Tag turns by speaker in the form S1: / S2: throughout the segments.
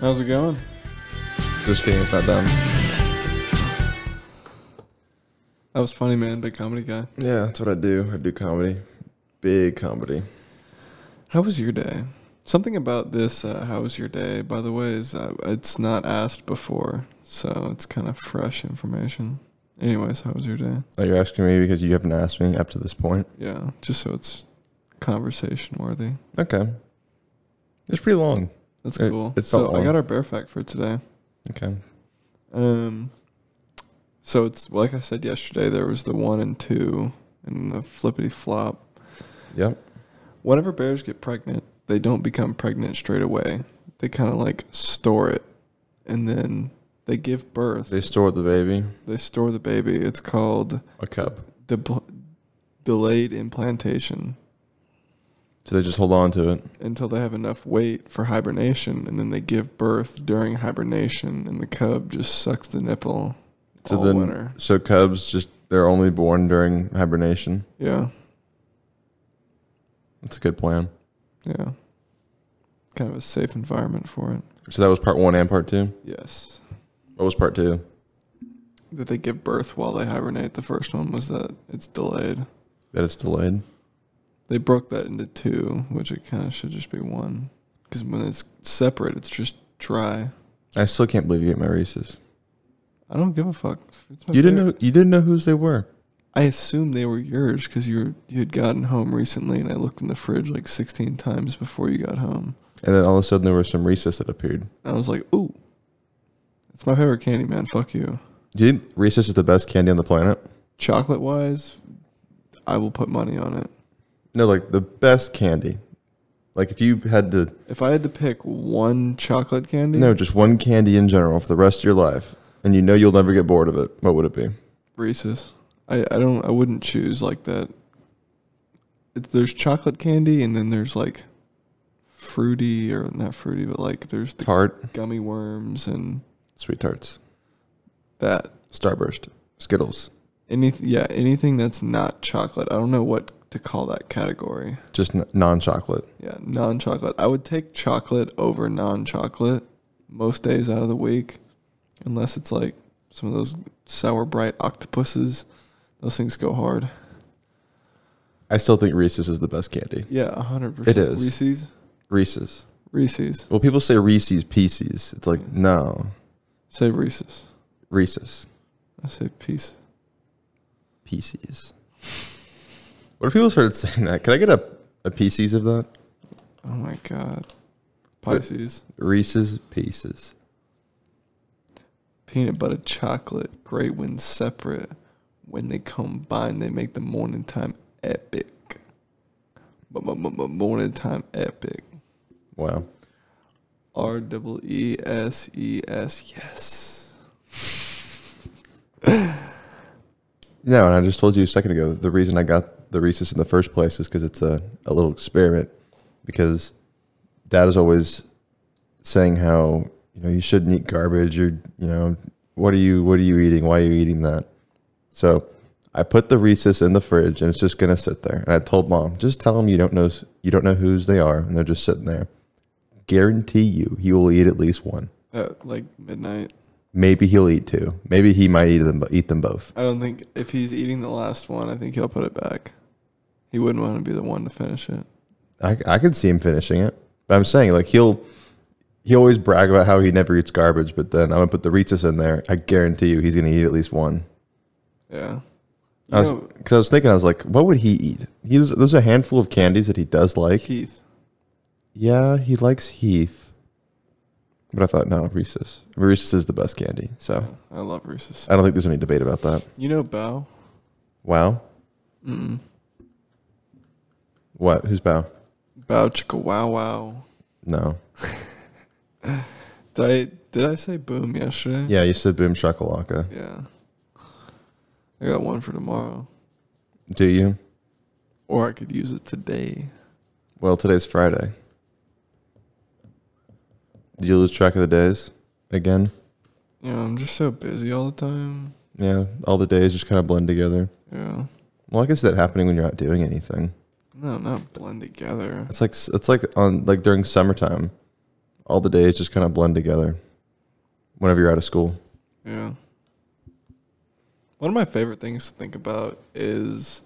S1: How's it going?
S2: Just kidding, it's not done.
S1: That was funny, man. Big comedy guy.
S2: Yeah, that's what I do. I do comedy, big comedy.
S1: How was your day? Something about this, uh, how was your day, by the way, is uh, it's not asked before, so it's kind of fresh information. Anyways, how was your day?
S2: Are you asking me because you haven't asked me up to this point?
S1: Yeah, just so it's conversation worthy.
S2: Okay. It's pretty long.
S1: That's
S2: It-
S1: cool.
S2: it felt
S1: so I got
S2: long.
S1: our bear fact for today.
S2: Okay.
S1: Um, so it's like I said yesterday, there was the one and two and the flippity flop.
S2: Yep.
S1: Whenever bears get pregnant, they don't become pregnant straight away. They kind of like store it and then they give birth.
S2: They store the baby.
S1: They store the baby. It's called
S2: A cup.
S1: de- delayed implantation
S2: So they just hold on to it.
S1: until they have enough weight for hibernation and then they give birth during hibernation and the cub just sucks the nipple
S2: So
S1: all
S2: then-
S1: winter.
S2: So cubs just they're only born during hibernation.
S1: Yeah.
S2: That's a good plan.
S1: Yeah. Kind of a safe environment for it.
S2: So that was part one and part two.
S1: Yes.
S2: What was part two?
S1: That they give birth while they hibernate. The first one was that it's delayed.
S2: That it's delayed.
S1: They broke that into two, which it kind of should just be one. Because when it's separate, it's just dry.
S2: I still can't believe you ate my Reese's.
S1: I don't give a fuck. It's my
S2: You didn't
S1: favorite.
S2: know you didn't know whose they were.
S1: I assumed they were yours because you were, you had gotten home recently, and I looked in the fridge like 16 times before you got home.
S2: And then all of a sudden there was some Reese's that appeared.
S1: And I was like, "Ooh, it's my favorite candy, man. Fuck you."
S2: Do you think Reese's is the best candy on the planet?
S1: Chocolate wise, I will put money on it.
S2: No, like the best candy. Like if you had to
S1: If I had to pick one chocolate candy,
S2: no, just one candy in general for the rest of your life, and you know you'll never get bored of it. What would it be?
S1: Reese's. I, I don't. I wouldn't choose like that. It, there's chocolate candy, and then there's like fruity or not fruity, but like there's the
S2: Tart,
S1: gummy worms and
S2: sweet tarts,
S1: that
S2: Starburst, Skittles,
S1: any yeah anything that's not chocolate. I don't know what to call that category.
S2: just n- non-chocolate.
S1: Yeah, non-chocolate. I would take chocolate over non-chocolate most days out of the week, unless it's like some of those sour bright octopuses. Those things go hard.
S2: I still think Reese's is the best candy.
S1: Yeah, hundred percent.
S2: It is.
S1: Reese's.
S2: Reese's.
S1: Reese's.
S2: Well, people say Reese's Pieces. It's like no,
S1: Say Reese's.
S2: Reese's
S1: I say peace.
S2: Pieces. What if people started saying that? Can I get a a Pieces of that?
S1: Oh my god. Pisces.
S2: Reese's Pieces.
S1: Peanut butter chocolate. Great when separate. When they combine, they make the morning time epic. But morning time epic.
S2: Wow.
S1: R double E S E S yes.
S2: No, and I just told you a second ago the reason I got the Reese's in the first place is because it's a, a little experiment. Because dad is always saying how you know you shouldn't eat garbage. You're you know what are you what are you eating? Why are you eating that? So I put the Reese's in the fridge and it's just gonna sit there. And I told mom, just tell him you don't know you don't know whose they are, and they're just sitting there. Guarantee you, he will eat at least one.
S1: At like midnight.
S2: Maybe he'll eat two. Maybe he might eat them eat them both.
S1: I don't think if he's eating the last one, I think he'll put it back. He wouldn't want to be the one to finish it.
S2: I, I could see him finishing it, but I'm saying like he'll he always brag about how he never eats garbage, but then I'm gonna put the Ritas in there. I guarantee you he's gonna eat at least one.
S1: Yeah. You
S2: I was
S1: know,
S2: because I was thinking I was like, what would he eat? He's there's a handful of candies that he does like.
S1: Keith.
S2: yeah, he likes Heath, but I thought no Reese's. Reese's is the best candy, so
S1: I love Reese's.
S2: I don't think there's any debate about that.
S1: You know Bao?
S2: Wow,
S1: Mm.
S2: what? Who's Bow?
S1: Bao chicka wow wow.
S2: No,
S1: Did I did I say boom yesterday?
S2: yeah, you said Boom Shakalaka.
S1: Yeah. I got one for tomorrow,
S2: Do you?
S1: or I could use it today.
S2: Well, today's Friday. Did you lose track of the days again?
S1: You know, I'm just so busy all the time.
S2: Yeah, all the days just kind of blend together.
S1: Yeah.
S2: Well, I guess that happening when you're not doing anything.
S1: No, not blend together.
S2: It's like it's like on like during summertime, all the days just kind of blend together whenever you're out of school.
S1: Yeah. One of my favorite things to think about is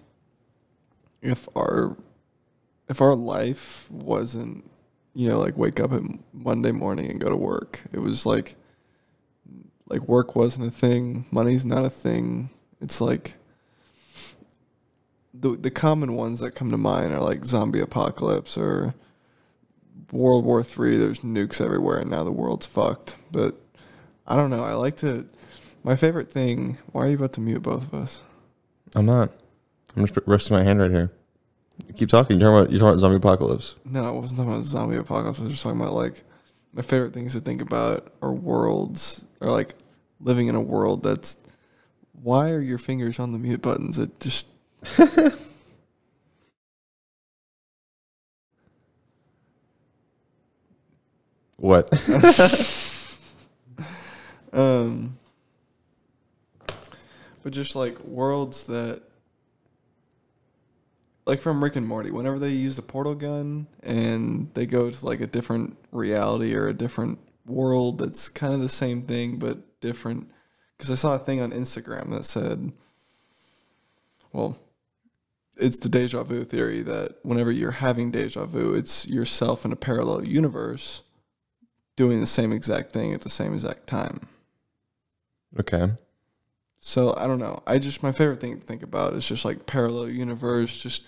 S1: if our if our life wasn't, you know, like wake up at Monday morning and go to work. It was like like work wasn't a thing, money's not a thing. It's like the the common ones that come to mind are like zombie apocalypse or World War Three. There's nukes everywhere, and now the world's fucked. But I don't know. I like to. My favorite thing. Why are you about to mute both of us?
S2: I'm not. I'm just resting my hand right here. You keep talking. You're talking about, you're talking about zombie apocalypse.
S1: No, I wasn't talking about zombie apocalypse. I was just talking about like my favorite things to think about are worlds or like living in a world that's. Why are your fingers on the mute buttons? It just.
S2: What?
S1: Um, but just like worlds that, like from Rick and Morty, whenever they use the portal gun and they go to like a different reality or a different world that's kind of the same thing but different. Because I saw a thing on Instagram that said, well, it's the deja vu theory that whenever you're having deja vu, it's yourself in a parallel universe doing the same exact thing at the same exact time.
S2: okay.
S1: So I don't know. I just my favorite thing to think about is just like parallel universe. Just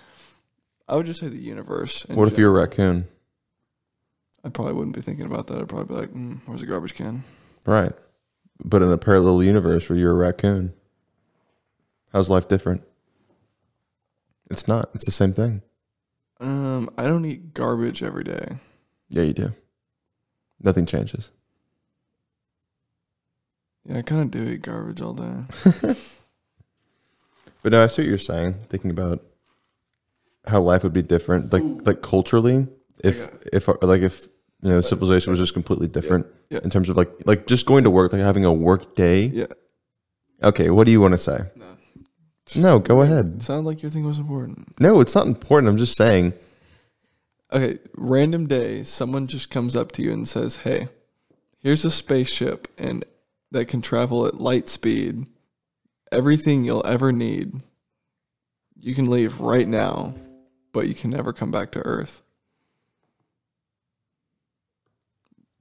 S1: I would just say the universe. in
S2: What if
S1: gen-
S2: you're a raccoon?
S1: I probably wouldn't be thinking about that. I'd probably be like, mm, "Where's the garbage can?"
S2: Right. But in a parallel universe where you're a raccoon, how's life different? It's not. It's the same thing.
S1: Um, I don't eat garbage every day.
S2: Yeah, you do. Nothing changes.
S1: Yeah, I kind of do eat garbage all day.
S2: But no, I see what you're saying. Thinking about how life would be different, like like culturally, if if like if you know civilization was just completely different
S1: yeah.
S2: in terms of like like just going to work, like having a work day.
S1: Yeah.
S2: Okay, what do you want to say?
S1: No.
S2: No, go ahead.
S1: It sounded like your thing was important.
S2: No, it's not important. I'm just saying.
S1: Okay, random day, someone just comes up to you and says, "Hey, here's a spaceship and that can travel at light speed. Everything you'll ever need. You can leave right now, but you can never come back to Earth."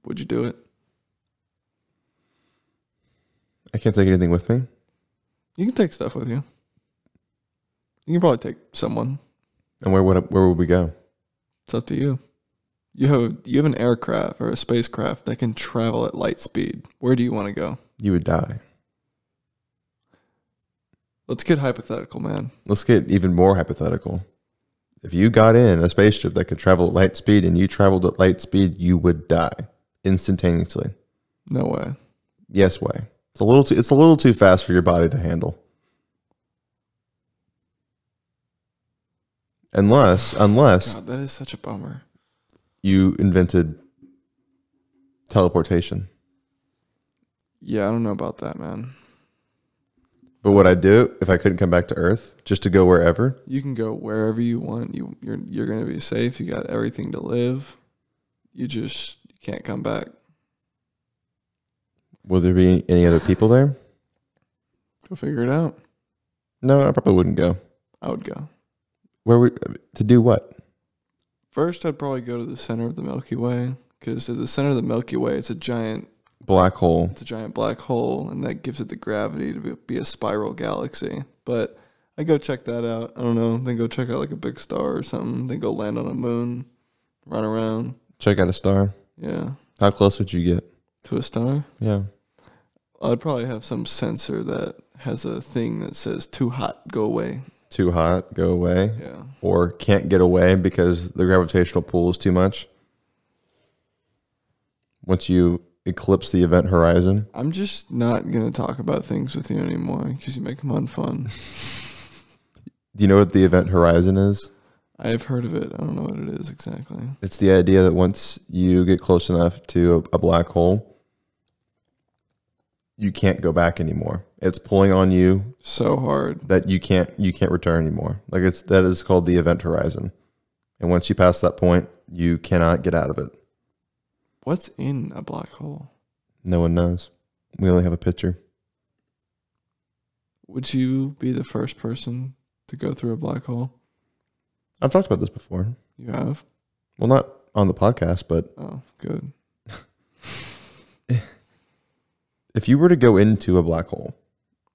S1: Would you do it?
S2: I can't take anything with me.
S1: You can take stuff with you. You can probably take someone.
S2: And where would where would we go?
S1: It's up to you. You have you have an aircraft or a spacecraft that can travel at light speed. Where do you want to go?
S2: You would die.
S1: Let's get hypothetical, man.
S2: Let's get even more hypothetical. If you got in a spaceship that could travel at light speed and you traveled at light speed, you would die instantaneously.
S1: No way.
S2: Yes, way. It's a little too. It's a little too fast for your body to handle. Unless, unless
S1: God, that is such a bummer.
S2: you invented teleportation.
S1: Yeah, I don't know about that, man.
S2: But what I do if I couldn't come back to Earth just to go wherever?
S1: You can go wherever you want. You you're you're gonna be safe. You got everything to live. You just you can't come back.
S2: Will there be any other people there?
S1: Go figure it out.
S2: No, I probably wouldn't go.
S1: I would go.
S2: Where would to do what?
S1: First, I'd probably go to the center of the Milky Way because at the center of the Milky Way, it's a giant
S2: Black hole.
S1: it's a giant black hole, and that gives it the gravity to be, be a spiral galaxy. But I go check that out. I don't know. Then go check out like a big star or something. Then go land on a moon, run around.
S2: Check out a star.
S1: Yeah,
S2: How close would you get?
S1: to a star.
S2: Yeah.
S1: I'd probably have some sensor that has a thing that says "too hot, go away."
S2: Too hot, go away.
S1: Yeah,
S2: Or can't get away because the gravitational pull is too much. Once you eclipse the event horizon.
S1: I'm just not gonna talk about things with you anymore because you make them unfun.
S2: Do you know what the event horizon is?
S1: I have heard of it. I don't know what it is exactly.
S2: It's the idea that once you get close enough to a, a black hole, you can't go back anymore. It's pulling on you
S1: So hard.
S2: that you can't you can't return anymore. Like it's that is called the event horizon. And once you pass that point, you cannot get out of it.
S1: What's in a black hole?
S2: No one knows. We only have a picture.
S1: Would you be the first person to go through a black hole?
S2: I've talked about this before.
S1: You have?
S2: Well, not on the podcast, but
S1: Oh, good.
S2: if you were to go into a black hole,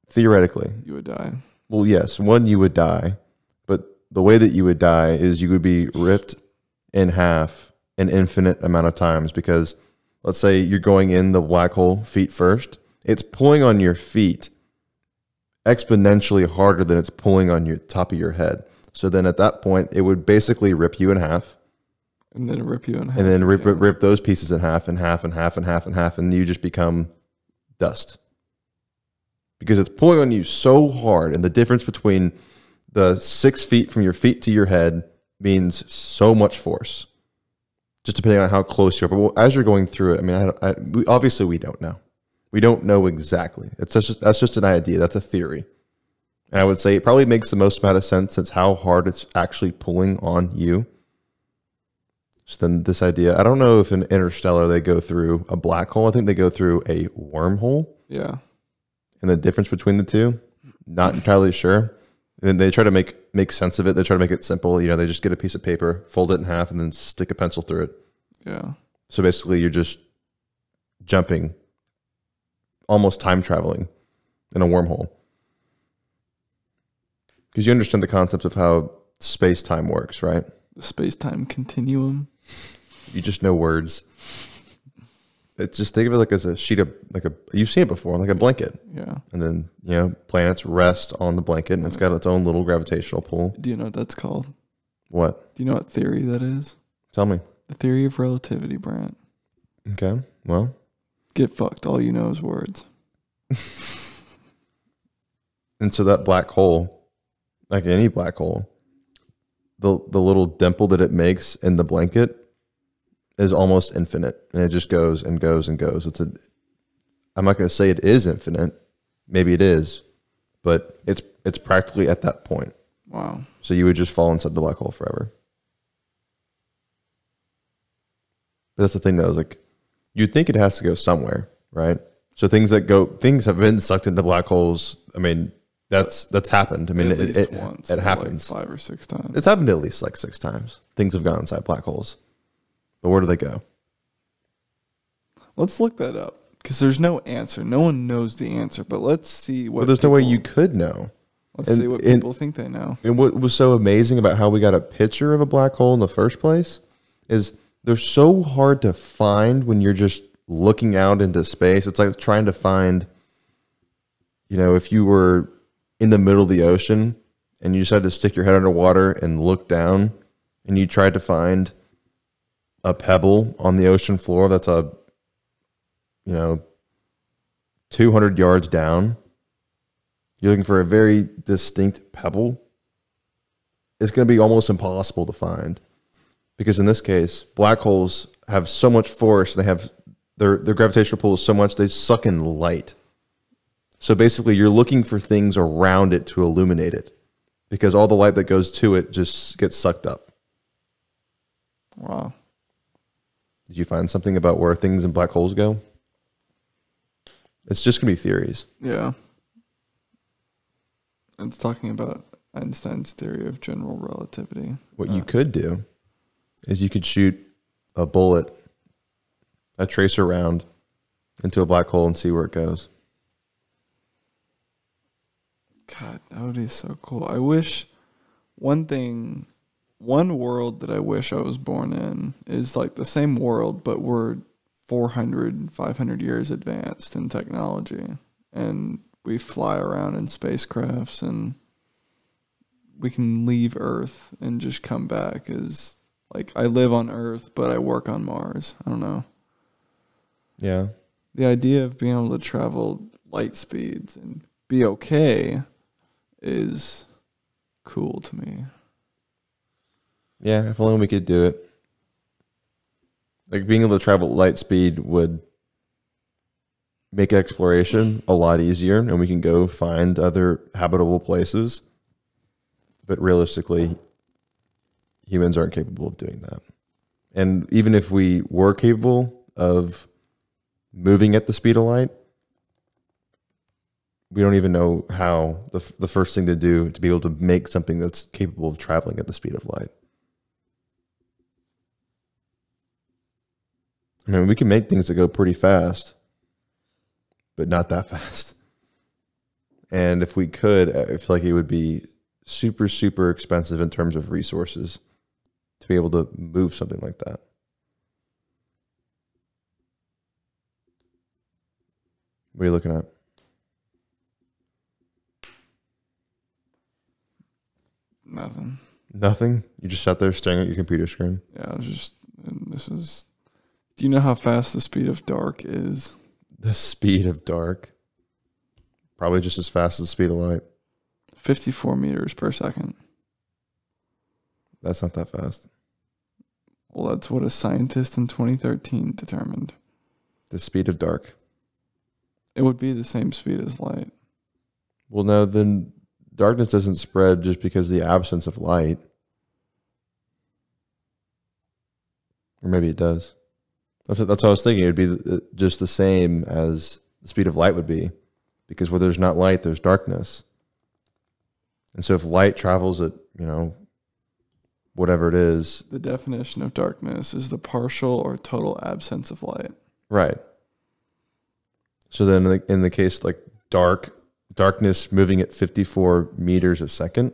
S2: theoretically,
S1: You would die.
S2: well, yes, one, you would die, but the way that you would die is you would be ripped in half an infinite amount of times because let's say you're going in the black hole feet first, it's pulling on your feet exponentially harder than it's pulling on your top of your head. So then at that point, it would basically rip you in half.
S1: And then rip you in half.
S2: and then rip, rip
S1: again.
S2: rip those pieces in half and half and half and half and half, and you just become dust because it's pulling on you so hard, and the difference between the six feet from your feet to your head means so much force, just depending on how close you are. But well, as you're going through it, I mean, I, don't- I, we, obviously we don't know, we don't know exactly. It's just that's just an idea, that's a theory. And I would say it probably makes the most amount of sense since how hard it's actually pulling on you. So then this idea, I don't know if in Interstellar they go through a black hole. I think they go through a wormhole.
S1: Yeah.
S2: And the difference between the two, not entirely sure. And then they try to make make sense of it. They try to make it simple. You know, they just get a piece of paper, fold it in half, and then stick a pencil through it.
S1: Yeah.
S2: So basically, you're just jumping, almost time traveling in a wormhole. Because you understand the concept of how space time works, right?
S1: The space time continuum.
S2: You just know words. It's just think of it like as a sheet of like a you've seen it before, like a blanket.
S1: Yeah.
S2: And then, you know, planets rest on the blanket and it's got its own little gravitational pull.
S1: Do you know what that's called?
S2: What?
S1: Do you know what theory that is?
S2: Tell me.
S1: The theory of relativity, Brant.
S2: Okay. Well,
S1: Get fucked. All you know is words.
S2: and so that black hole, like any black hole, the the little dimple that it makes in the blanket is almost infinite. And it just goes and goes and goes. It's a I'm not gonna say it is infinite. Maybe it is, but it's it's practically at that point.
S1: Wow.
S2: So you would just fall inside the black hole forever. But that's the thing though, is like you'd think it has to go somewhere, right? So things that go things have been sucked into black holes. I mean, that's that's happened. I mean
S1: At
S2: it,
S1: least
S2: it,
S1: once,
S2: it
S1: or, like,
S2: happens.
S1: five or six times.
S2: it's happened at least like six times. Things have gone inside black holes. But where do they go?
S1: Let's look that up because there's no answer. No one knows the answer, but let's see what.
S2: Well, there's no way
S1: people-
S2: you could know.
S1: Let's
S2: and-
S1: see what
S2: and-
S1: people think they know.
S2: And what was so amazing about how we got a picture of a black hole in the first place is they're so hard to find when you're just looking out into space. It's like trying to find, you know, if you were in the middle of the ocean and you decided to stick your head underwater and look down and you tried to find a pebble on the ocean floor that's a, you know, 200 yards down you're looking for a very distinct pebble, it's going to be almost impossible to find. Because in this case, black holes have so much force, they have their their gravitational pull is so much they suck in light. So basically, you're looking for things around it to illuminate it, because all the light that goes to it just gets sucked up.
S1: Wow.
S2: Did you find something about where things in black holes go? It's just going to be theories.
S1: Yeah. And It's talking about Einstein's theory of general relativity.
S2: What you could do is you could shoot a bullet, a tracer round, into a black hole and see where it goes.
S1: God, that would be so cool. I wish one thing, one world that I wish I was born in is like the same world, but we're 400, 500 years advanced in technology. And we fly around in spacecrafts and we can leave Earth and just come back as like I live on Earth, but I work on Mars. I don't know.
S2: Yeah.
S1: The idea of being able to travel light speeds and be okay is cool to me.
S2: Yeah, if only we could do it. Like being able to travel at light speed would make exploration a lot easier and we can go find other habitable places. But realistically, humans aren't capable of doing that. And even if we were capable, of moving at the speed of light. We don't even know how the, f- the first thing to do to be able to make something that's capable of traveling at the speed of light. I mean, we can make things that go pretty fast, but not that fast. And if we could, I feel like it would be super, super expensive in terms of resources to be able to move something like that. What are you looking at?
S1: Nothing.
S2: Nothing? You just sat there staring at your computer screen.
S1: Yeah, I was just and this is. Do you know how fast the speed of dark is?
S2: The speed of dark. Probably just as fast as the speed of light.
S1: Fifty-four meters per second.
S2: That's not that fast.
S1: Well, that's what a scientist in 2013 determined.
S2: The speed of dark.
S1: It would be the same speed as light.
S2: Well, no, then darkness doesn't spread just because of the absence of light. Or maybe it does. That's what, that's what I was thinking. It would be the- just the same as the speed of light would be, because where there's not light, there's darkness. And so if light travels at, you know, whatever it is,
S1: The definition of darkness is the partial or total absence of light.
S2: right. So then in the, in the case like dark, darkness moving at 54 meters a second,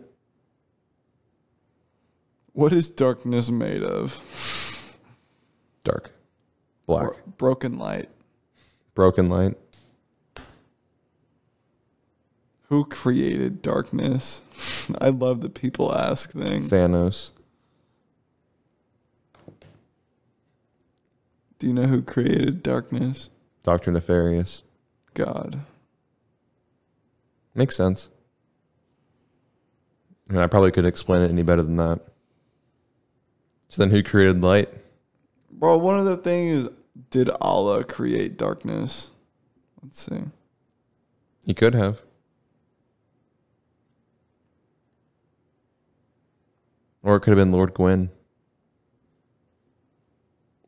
S1: What is darkness made of?
S2: dark, black.
S1: Bro- broken light.
S2: broken light.
S1: Who created darkness? I love the people ask thing.
S2: Thanos.
S1: Do you know who created darkness?
S2: Doctor Nefarious.
S1: God.
S2: Makes sense. I mean, I probably couldn't explain it any better than that. So then who created light?
S1: Bro, one of the things is did Allah create darkness? Let's see.
S2: He could have. Or it could have been Lord Gwyn.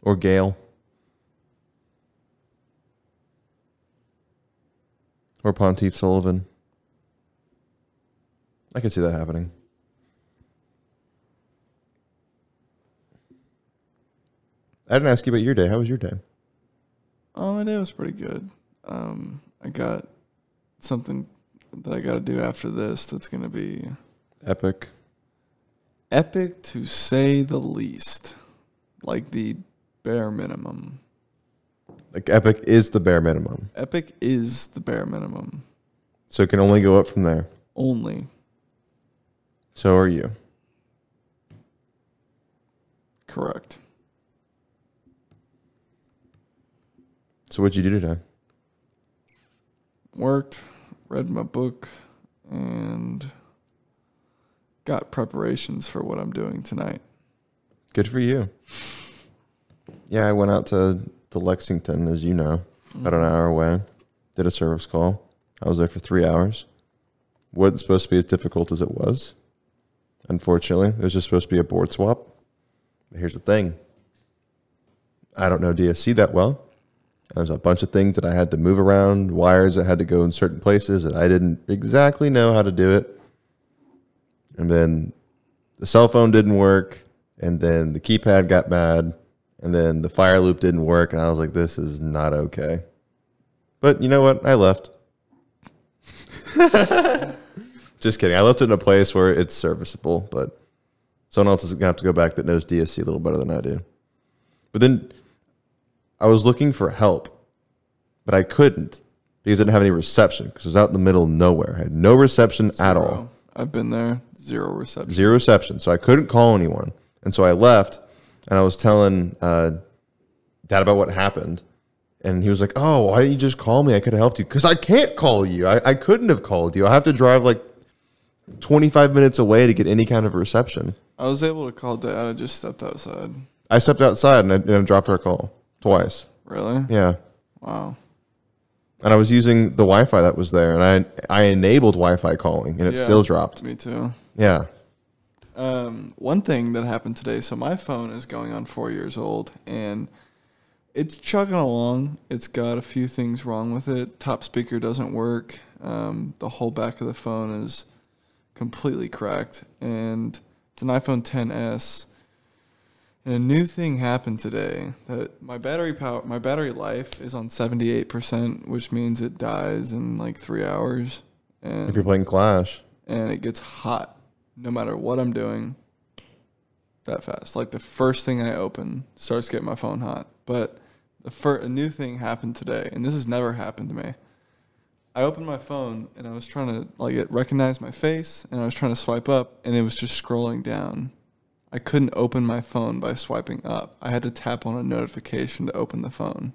S2: Or Gale. Or Pontiff Sullivan. I could see that happening. I didn't ask you about your day. How was your day?
S1: Oh, my day was pretty good. Um, I got something that I got to do after this that's going to be
S2: Epic.
S1: epic to say the least. Like the bare minimum.
S2: Like, epic is the bare minimum.
S1: Epic is the bare minimum.
S2: So it can only go up from there.
S1: Only.
S2: So are you.
S1: Correct.
S2: So what'd you do today?
S1: Worked, read my book, and got preparations for what I'm doing tonight.
S2: Good for you. Yeah, I went out to, to Lexington, as you know, about an hour away. Did a service call. I was there for three hours. Wasn't supposed to be as difficult as it was. Unfortunately, it was just supposed to be a board swap. But here's the thing I don't know DSC that well. There's a bunch of things that I had to move around, wires that had to go in certain places that I didn't exactly know how to do it. And then the cell phone didn't work, and then the keypad got bad, and then the fire loop didn't work, and I was like, this is not okay. But you know what? I left. Just kidding. I left it in a place where it's serviceable, but someone else is gonna have to go back that knows DSC a little better than I do. But then I was looking for help, but I couldn't because I didn't have any reception because it was out in the middle of nowhere. I had no reception at all
S1: Zero. I've been there, zero reception.
S2: zero reception. So I couldn't call anyone. And so I left and I was telling uh, dad about what happened. And he was like, Oh, why didn't you just call me? I could have helped you. Because I can't call you. I, I couldn't have called you. I have to drive like 25 minutes away to get any kind of reception.
S1: I was able to call dad. I just stepped outside.
S2: I stepped outside and I, and I dropped our call twice.
S1: Really?
S2: Yeah.
S1: Wow.
S2: And I was using the Wi Fi that was there and I, I enabled Wi Fi calling and it
S1: Yeah.
S2: still dropped.
S1: Me too.
S2: Yeah.
S1: Um, one thing that happened today. So my phone is going on four years old, and it's chugging along. It's got a few things wrong with it. Top speaker doesn't work. Um, the whole back of the phone is completely cracked, and it's an iPhone 10s. And a new thing happened today that my battery power, my battery life is on seventy eight percent, which means it dies in like three hours,
S2: If you're
S1: and
S2: playing Clash,
S1: and it gets hot no matter what I'm doing. That fast, like the first thing I open starts getting my phone hot. But the fir- a new thing happened today, and this has never happened to me. I opened my phone and I was trying to like it recognized my face, and I was trying to swipe up, and it was just scrolling down. I couldn't open my phone by swiping up. I had to tap on a notification to open the phone.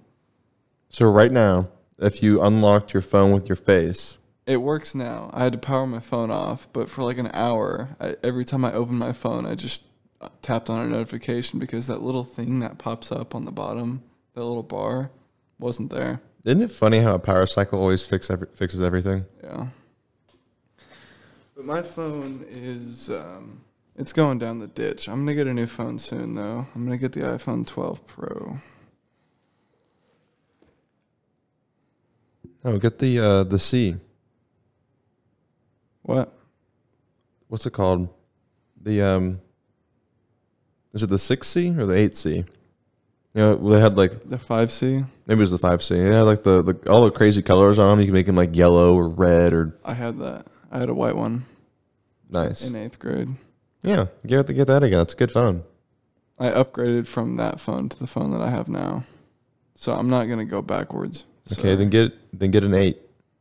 S2: so right now, if you unlocked your phone with your face,
S1: It works now. I had to power my phone off, but for like an hour, I, every time I opened my phone, I just uh, tapped on a notification because that little thing that pops up on the bottom, that little bar, wasn't there.
S2: isn't it funny how a power cycle always fix every, fixes everything?
S1: Yeah. But my phone is um, it's going down the ditch. I'm gonna get a new phone soon though. I'm gonna get the iPhone 12 Pro.
S2: Oh, get the uh, the C.
S1: What?
S2: What's it called? The um, is it the six C or the eight C? You know, they had like
S1: The 5C?
S2: maybe it was the five C. They had like the, the all the crazy colors on them. You can make them like yellow or red or
S1: I had that. I had a white one
S2: nice.
S1: in eighth grade.
S2: Yeah, get get that again. It's a good phone.
S1: I upgraded from that phone to the phone that I have now. So I'm not gonna go backwards. So-
S2: Okay, then get then get an eight,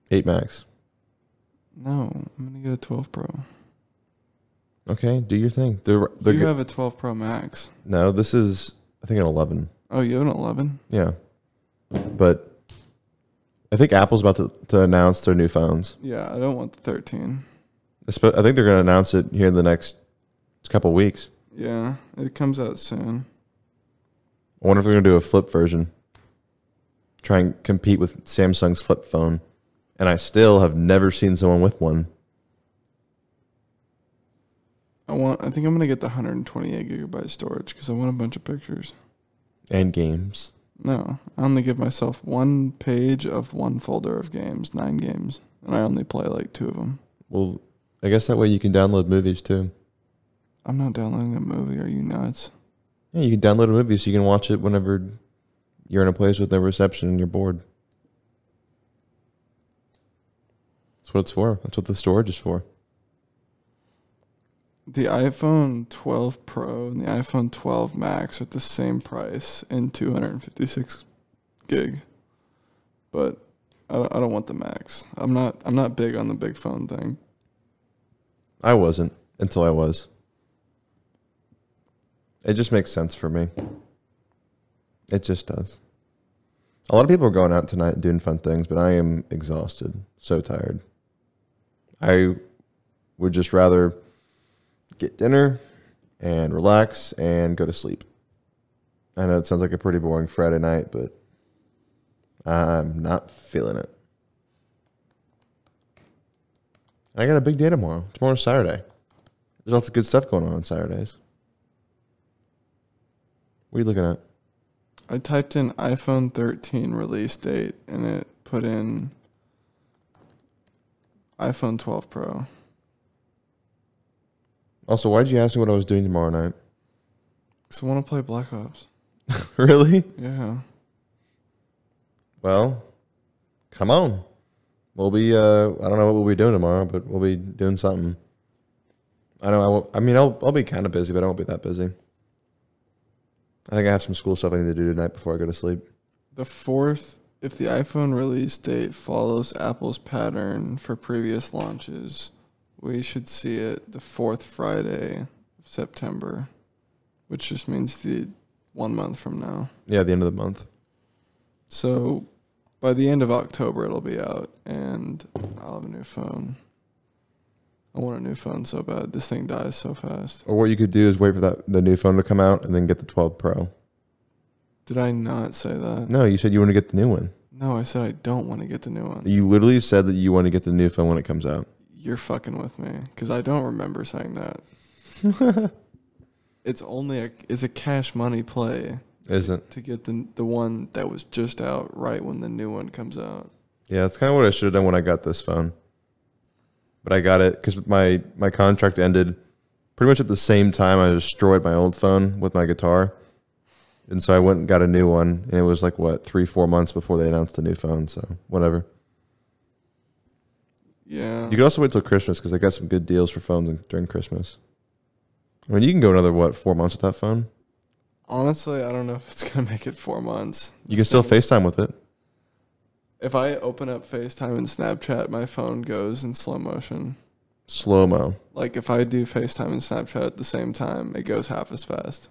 S2: eight max.
S1: No, I'm gonna get a 12 Pro.
S2: Okay, do your thing. They're, they're
S1: you
S2: good.
S1: have a 12 Pro Max.
S2: no, this is I think an eleven.
S1: Oh, you have an 11?
S2: Yeah, but I think Apple's about to, to announce their new phones.
S1: Yeah, I don't want the 13.
S2: I spo- I think they're going to announce it here in the next couple weeks.
S1: Yeah, it comes out soon.
S2: I wonder if they're going to do a flip version. Try and compete with Samsung's flip phone. And I still have never seen someone with one.
S1: I want. I think I'm gonna get the 128 gigabyte storage because I want a bunch of pictures.
S2: And games.
S1: No, I only give myself one page of one folder of games, nine games, and I only play like two of them.
S2: Well, I guess that way you can download movies too.
S1: I'm not downloading a movie. Are you nuts?
S2: Yeah, you can download a movie so you can watch it whenever you're in a place with no reception and you're bored. That's what it's for. That's what the storage is for.
S1: The iPhone 12 Pro and the iPhone 12 Max are at the same price and 256 gig, but I don't, I don't want the Max. I'm not. I'm not big on the big phone thing.
S2: I wasn't until I was. It just makes sense for me. It just does. A lot of people are going out tonight and doing fun things, but I am exhausted, so tired. I would just rather get dinner and relax and go to sleep. I know it sounds like a pretty boring Friday night, but I'm not feeling it. And I got a big day tomorrow. Tomorrow's Saturday. There's lots of good stuff going on on Saturdays. What are you looking at?
S1: I typed in iPhone 13 release date and it put in iPhone 12 Pro.
S2: Also, why'd you ask me what I was doing tomorrow night?
S1: Because I want to play Black Ops.
S2: really?
S1: Yeah.
S2: Well, come on. We'll be, uh, I don't know what we'll be doing tomorrow, but we'll be doing something. I know I won't, I mean, I'll, I'll be kind of busy, but I won't be that busy. I think I have some school stuff I need to do tonight before I go to sleep.
S1: The fourth, if the iPhone release date follows Apple's pattern for previous launches, we should see it the fourth Friday of September, which just means the one month from now.
S2: Yeah, the end of the month.
S1: So by the end of October, it'll be out, and I'll have a new phone. I want a new phone so bad. This thing dies so fast.
S2: Or what you could do is wait for that the new phone to come out and then get the 12 Pro.
S1: Did I not say that?
S2: No, you said you want to get the new one.
S1: No, I said I don't want to get the new one.
S2: You literally said that you want to get the new phone when it comes out.
S1: You're fucking with me because I don't remember saying that. it's only a it's a cash money play.
S2: Isn't
S1: to get the the one that was just out right when the new one comes out.
S2: yeah, that's kind of what I should have done when I got this phone. But I got it because my my contract ended pretty much at the same time I destroyed my old phone with my guitar, and so I went and got a new one, and it was like what three four months before they announced the new phone. So whatever.
S1: Yeah.
S2: You could also wait till Christmas because I got some good deals for phones during Christmas. I mean, you can go another what four months with that phone.
S1: Honestly, I don't know if it's gonna make it four months.
S2: You can still FaceTime with it.
S1: If I open up FaceTime and Snapchat, my phone goes in slow motion.
S2: Slow mo.
S1: Like if I do FaceTime and Snapchat at the same time, it goes half as fast.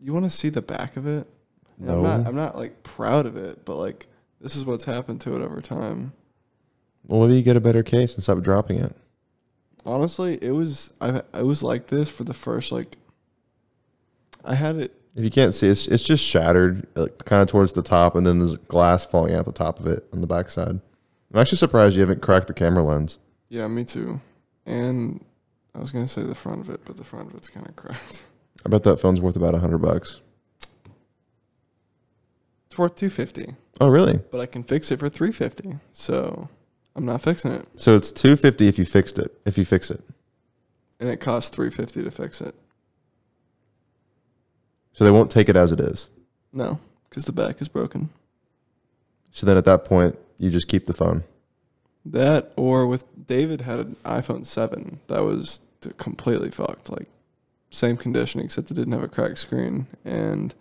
S1: You want to see the back of it? And
S2: No.
S1: I'm not. I'm not like proud of it, but like this is what's happened to it over time.
S2: well, maybe you get a better case and stop dropping it.
S1: Honestly, it was. I. I was like this for the first like. I had it.
S2: If you can't see, it's it's just shattered, like, kind of towards the top, and then there's glass falling out the top of it on the backside. I'm actually surprised you haven't cracked the camera lens.
S1: Yeah, me too. And I was gonna say the front of it, but the front of it's kind of cracked.
S2: I bet that phone's worth about a hundred bucks.
S1: It's worth two fifty,
S2: Oh, really?
S1: but I can fix it for three fifty. So I'm not fixing it,
S2: So it's two fifty if you fixed it. If you fix it,
S1: and it costs three fifty to fix it.
S2: so they won't take it as it is.
S1: No, because the back is broken.
S2: So then at that point, you just keep the phone.
S1: That or with David had an iPhone seven that was t- completely fucked. Like same condition except it didn't have a cracked screen, and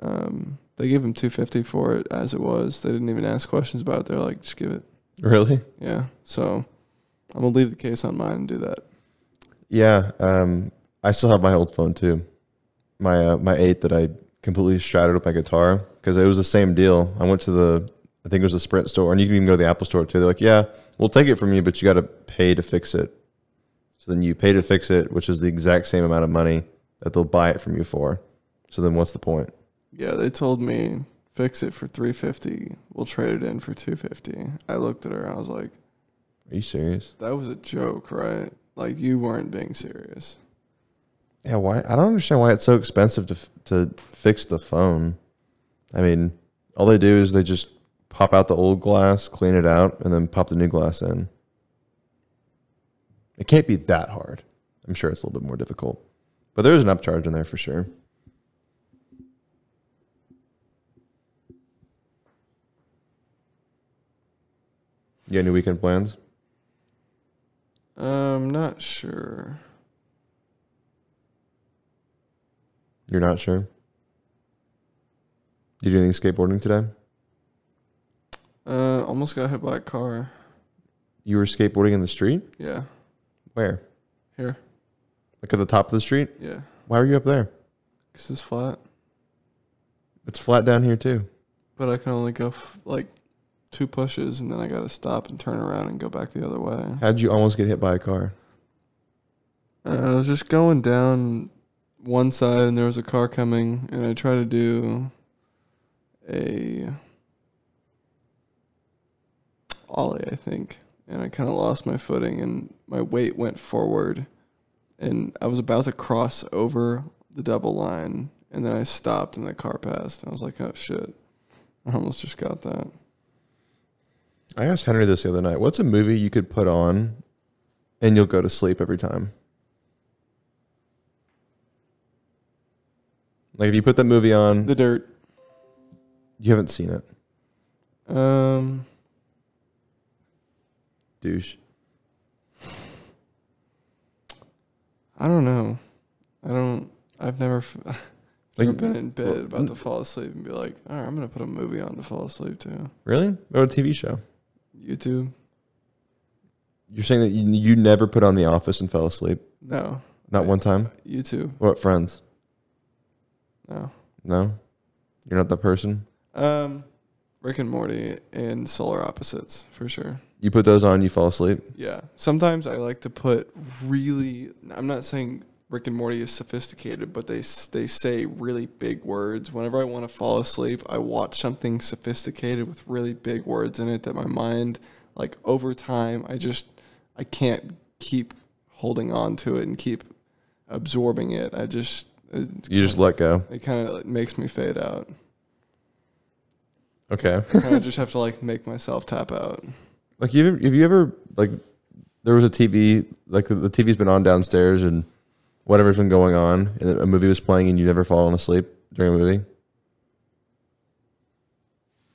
S1: um, they gave him two fifty for it as it was. They didn't even ask questions about it. They're like, just give it.
S2: Really?
S1: Yeah. So I'm gonna leave the case on mine and do that.
S2: Yeah, um, I still have my old phone too, my uh, my eight that I completely shattered with my guitar because it was the same deal. I went to the I think it was the Sprint store, and you can even go to the Apple store too. They're like, yeah, we'll take it from you, but you got to pay to fix it. So then you pay to fix it, which is the exact same amount of money that they'll buy it from you for. So then what's the point?
S1: Yeah, they told me fix it for three fifty. We'll trade it in for two fifty. I looked at her. I was like,
S2: Are you serious?
S1: that was a joke, right? Like you weren't being serious.
S2: Yeah, why? I don't understand why it's so expensive to f- to fix the phone. I mean, all they do is they just pop out the old glass, clean it out, and then pop the new glass in. It can't be that hard. I'm sure it's a little bit more difficult, but there is an upcharge in there for sure. You got any weekend plans?
S1: Um, not sure.
S2: You're not sure? You do anything skateboarding today?
S1: Uh, almost got hit by a car.
S2: You were skateboarding in the street?
S1: Yeah,
S2: Where?
S1: here.
S2: Like at the top of the street?
S1: Yeah,
S2: Why were you up there?
S1: cause it's flat.
S2: It's flat down here too.
S1: But I can only go f- like two pushes, and then I gotta stop and turn around and go back the other way.
S2: How'd you almost get hit by a car?
S1: Uh, I was just going down one side, and there was a car coming, and I tried to do a ollie, I think, and I kind of lost my footing, and my weight went forward, and I was about to cross over the double line, and then I stopped, and the car passed, and I was like, oh shit, I almost just got that.
S2: I asked Henry this the other night. What's a movie you could put on and you'll go to sleep every time? Like if you put that movie on,
S1: The dirt.
S2: you haven't seen it.
S1: Um,
S2: Douche.
S1: I don't know. I don't. I've never. f-
S2: Like,
S1: I've been in bed
S2: well,
S1: about to fall asleep and be like, all right, I'm gonna put a movie on to fall asleep to.
S2: Really? Or a TV show?
S1: YouTube?
S2: You're saying that you, you never put on The Office and fell asleep?
S1: No.
S2: Not one time?
S1: YouTube?
S2: What, Friends?
S1: No.
S2: No? You're not that person?
S1: Um, Rick and Morty and Solar Opposites for sure.
S2: You put those on, you fall asleep?
S1: Yeah. Sometimes I like to put really. I'm not saying Rick and Morty is sophisticated, but they s- they say really big words. Whenever I want to fall asleep, I watch something sophisticated with really big words in it that my mind, like over time, I just I can't keep holding on to it and keep absorbing it. I just It,
S2: You just let go.
S1: it kind of like makes me fade out.
S2: Okay.
S1: I kind of just have to like make myself tap out.
S2: Like you have you ever like there was a TV like the TV's been on downstairs and whatever's been going on and a movie was playing and you never fallen asleep during a movie.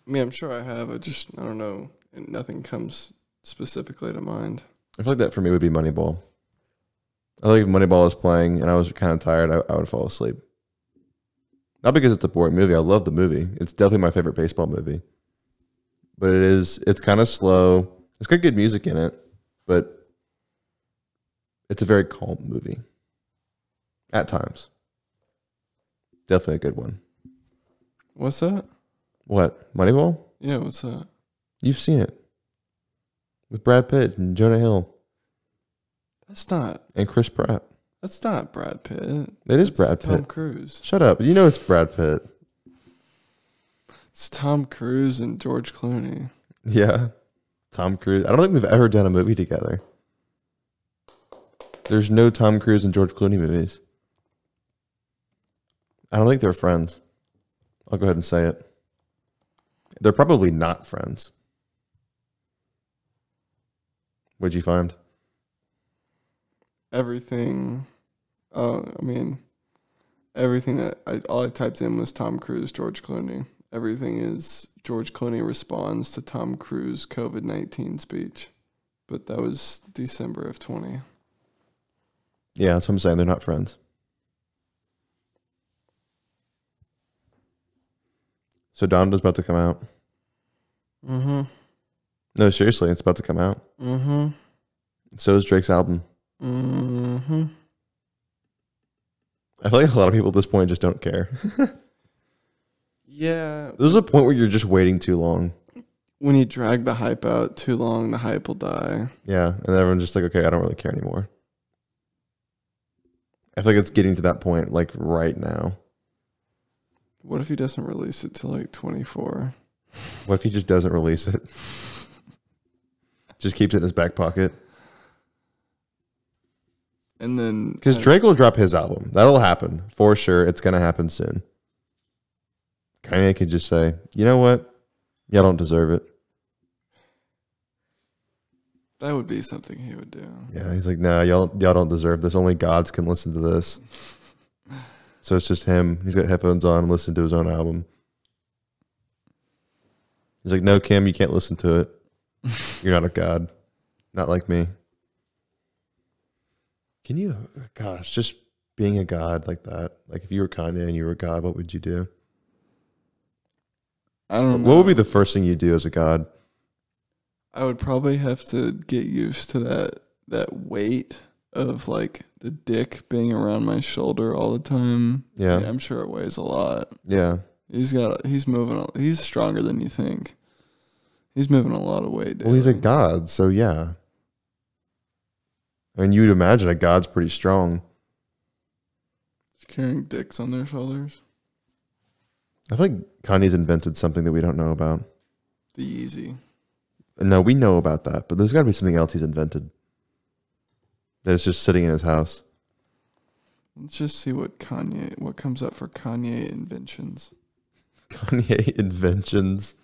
S1: I mean, I'm sure I have. I just I don't know. Nothing comes specifically to mind.
S2: I feel like that for me would be Moneyball. I feel like if Moneyball was playing and I was kind of tired, I, I would fall asleep. Not because it's a boring movie. I love the movie. It's definitely my favorite baseball movie. But it is. It's kind of slow. It's got good music in it, but it's a very calm movie. At times, definitely a good one.
S1: What's that?
S2: What Moneyball?
S1: Yeah, what's that?
S2: You've seen it with Brad Pitt and Jonah Hill
S1: That's not.
S2: and Chris Pratt.
S1: That's not Brad Pitt. It
S2: It is Brad Pitt.
S1: Tom Cruise.
S2: Shut up. You know it's Brad Pitt.
S1: It's Tom Cruise and George Clooney.
S2: Yeah. Tom Cruise. I don't think they've ever done a movie together. There's no Tom Cruise and George Clooney movies. I don't think they're friends. I'll go ahead and say it. They're probably not friends. What'd you find?
S1: Everything. Uh, I mean, everything that I all I typed in was Tom Cruise, George Clooney. Everything is George Clooney responds to Tom Cruise COVID nineteen speech, but that was December of twenty.
S2: Yeah, that's what I'm saying. They're not friends. So Donda's about to come out.
S1: Mm-hmm.
S2: No, seriously, it's about to come out.
S1: Mm-hmm.
S2: So is Drake's album.
S1: Mm-hmm.
S2: I feel like a lot of people at this point just don't care.
S1: Yeah.
S2: There's a point where you're just waiting too long.
S1: When you drag the hype out too long, the hype will die.
S2: Yeah. And everyone's just like, okay, I don't really care anymore. I feel like it's getting to that point like right now.
S1: What if he doesn't release it till like 24?
S2: What if he just doesn't release it? just keeps it in his back pocket.
S1: And then
S2: Because Drake will drop his album. That'll happen for sure. It's going to happen soon. Kanye could just say, you know what? Y'all don't deserve it.
S1: that would be something he would do.
S2: Yeah, he's like, no, y'all, y'all don't deserve this. Only gods can listen to this. So it's just him. He's got headphones on, listening to his own album. He's like, no, Kim, you can't listen to it. You're not a god, not like me. Can you? Gosh, just being a god like that. Like if you were Kanye and you were a god, what would you do?
S1: I don't know.
S2: What would be the first thing you do as a god?
S1: I would probably have to get used to that that weight of like the dick being around my shoulder all the time.
S2: Yeah,
S1: I'm sure it weighs a lot.
S2: yeah.
S1: He's got he's moving a- he's stronger than you think. He's moving a lot of weight.
S2: Well, he's a
S1: daily.
S2: god, so yeah. I mean, you'd imagine a god's pretty strong.
S1: He's carrying dicks on their shoulders.
S2: I feel like Kanye's invented something that we don't know about.
S1: The easy.
S2: No, we know about that, but there's got to be something else he's invented that's just sitting in his house.
S1: Let's just see what Kanye what comes up for Kanye inventions.
S2: Kanye inventions.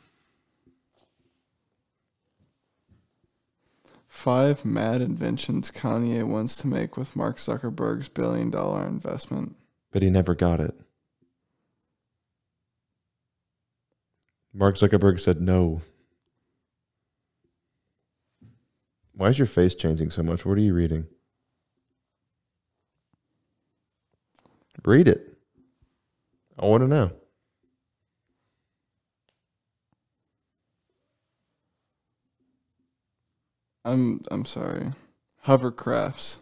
S1: Five mad inventions Kanye wants to make with Mark Zuckerberg's billion dollar investment.
S2: but he never got it. Mark Zuckerberg said no. Why is your face changing so much? What are you reading? Read it. I want to know.
S1: I'm I'm sorry. Hovercrafts.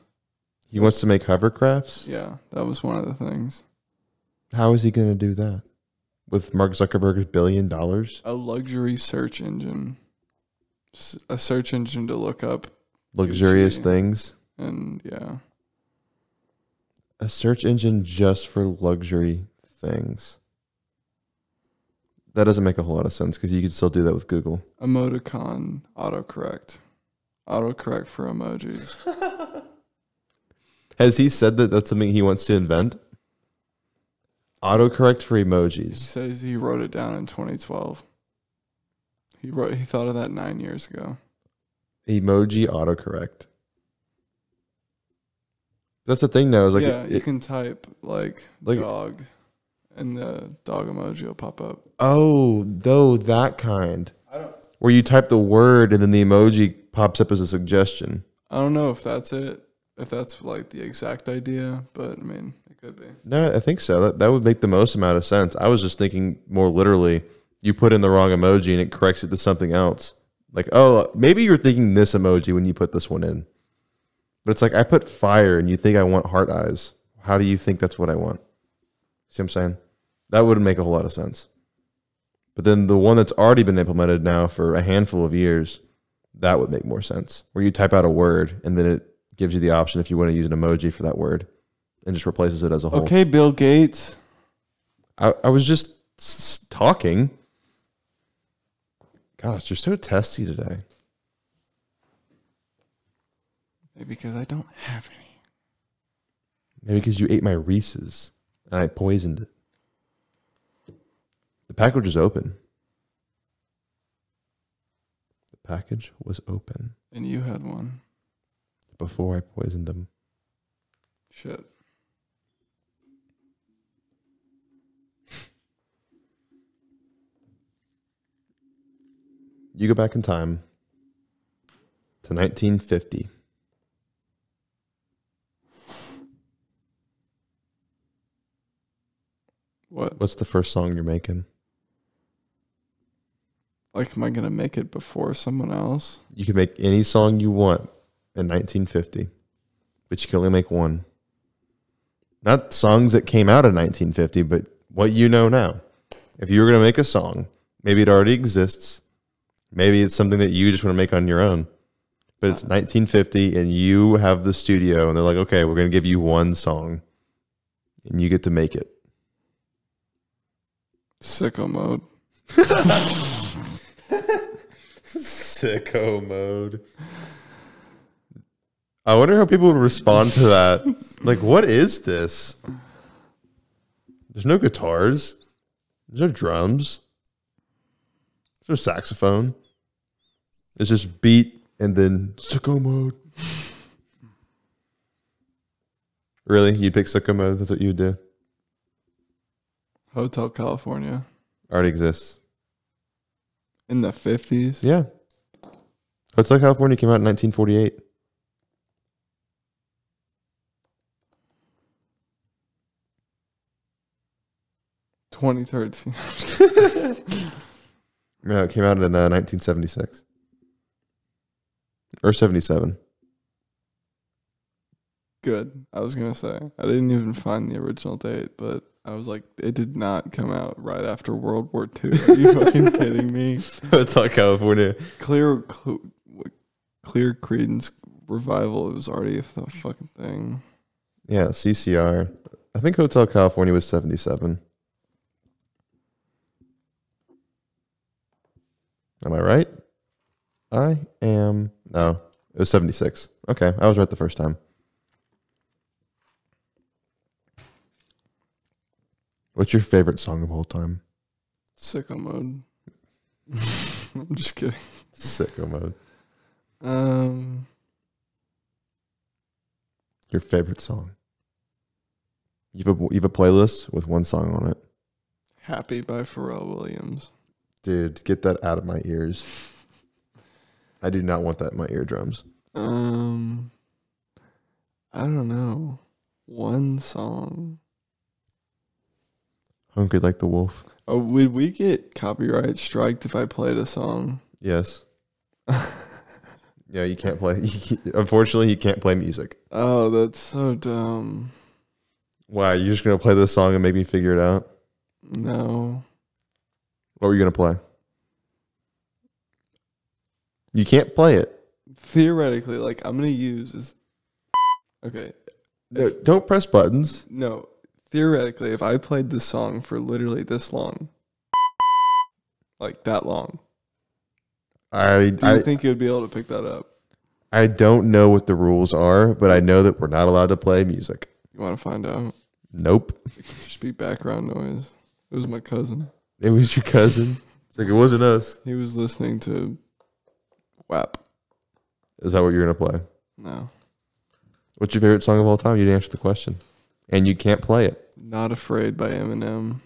S2: He wants to make hovercrafts?
S1: Yeah, that was one of the things.
S2: How is he going to do that? With Mark Zuckerberg's billion dollars?
S1: A luxury search engine. Just a search engine to look up
S2: Luxurious
S1: Gucci.
S2: things?
S1: and yeah.
S2: A search engine just for luxury things. That doesn't make a whole lot of sense because you could still do that with Google.
S1: Emoticon autocorrect. Autocorrect for emojis.
S2: Has he said that that's something he wants to invent? autocorrect for
S1: He
S2: emojis.
S1: says he wrote it down in 2012. He wrote. He thought of that nine years ago.
S2: Emoji autocorrect. That's the thing though. Is like,
S1: yeah,
S2: it-
S1: you can type like,
S2: like-
S1: dog, and the dog emoji will pop up.
S2: oh, though that kind
S1: I don't.
S2: where you type the word and then the emoji pops up as a suggestion.
S1: I don't know if that's it. If that's like the exact idea, but I mean, it could be.
S2: No, I think so. That that would make the most amount of sense. I was just thinking more literally. You put in the wrong emoji and it corrects it to something else. Like, oh, maybe you're thinking this emoji when you put this one in. But it's like I put fire and you think I want heart eyes. How do you think that's what I want? See what I'm saying? That wouldn't make a whole lot of sense. But then the one that's already been implemented now for a handful of years, that would make more sense. Where you type out a word and then it gives you the option if you want to use an emoji for that word and just replaces it as a whole.
S1: Okay, Bill Gates.
S2: I, I was just s- s- talking. Gosh, you're so testy today.
S1: Maybe because I don't have any.
S2: Maybe because you ate my Reese's and I poisoned it. The package was open. The package was open
S1: And you had one.
S2: before I poisoned him.
S1: Shit.
S2: You go back in time to 1950.
S1: What?
S2: What's the first song you're making?
S1: Like, am I gonna make it before someone else?
S2: You can make any song you want in 1950, but you can only make one. Not songs that came out in 1950, but what you know now. If you were going to make a song, maybe it already exists. Maybe it's something that you just want to make on your own. But it's 1950 and you have the studio and they're like, "Okay, we're going to give you one song and you get to make it."
S1: Sicko mode.
S2: Sicko mode. I wonder how people would respond to that. like, what is this? There's no guitars. There's no drums. There's no saxophone. It's just beat and then sicko mode. really? You'd pick sicko mode? That's what you would do?
S1: Hotel California
S2: Already exists.
S1: in the fifties.
S2: Yeah. Hotel California came out in 1948.
S1: Twenty thirteen.
S2: No, it came out in uh, 1976 or 77.
S1: Good. I was gonna say I didn't even find the original date, but I was like, it did not come out right after World War II. Are you fucking kidding me?
S2: Hotel California.
S1: Clear, cl- clear credence revival. It was already a th- fucking thing.
S2: Yeah, CCR. I think Hotel California was 77. Am I right? I am. No, it was 76. Okay, I was right the first time. What's your favorite song of all time?
S1: Sicko mode. I'm just kidding.
S2: Sicko mode.
S1: Um,
S2: Your favorite song. You've a you've a playlist with one song on it.
S1: Happy by Pharrell Williams.
S2: Dude, get that out of my ears. I do not want that in my eardrums.
S1: Um, I don't know. One song.
S2: Hungry like the wolf.
S1: Oh, would we get copyright striked if I played a song?
S2: Yes. Yeah, you can't play. Unfortunately, you can't play music.
S1: oh, that's so dumb.
S2: Why? You're just gonna play this song and make me figure it out?
S1: No.
S2: What were you gonna play? You can't play it.
S1: Theoretically, like I'm gonna use is okay.
S2: No, don't press buttons.
S1: No, theoretically, if I played this song for literally this long, like that long,
S2: I
S1: do you
S2: I,
S1: think you'd be able to pick that up?
S2: I don't know what the rules are, but I know that we're not allowed to play music.
S1: You want to find out?
S2: Nope.
S1: It could just be background noise. It was my cousin.
S2: It was your cousin. It's like it wasn't us.
S1: He was listening to WAP.
S2: Is that what you're gonna play?
S1: No,
S2: What's your favorite song of all time? You didn't answer the question, and you can't play it.
S1: Not Afraid by Eminem.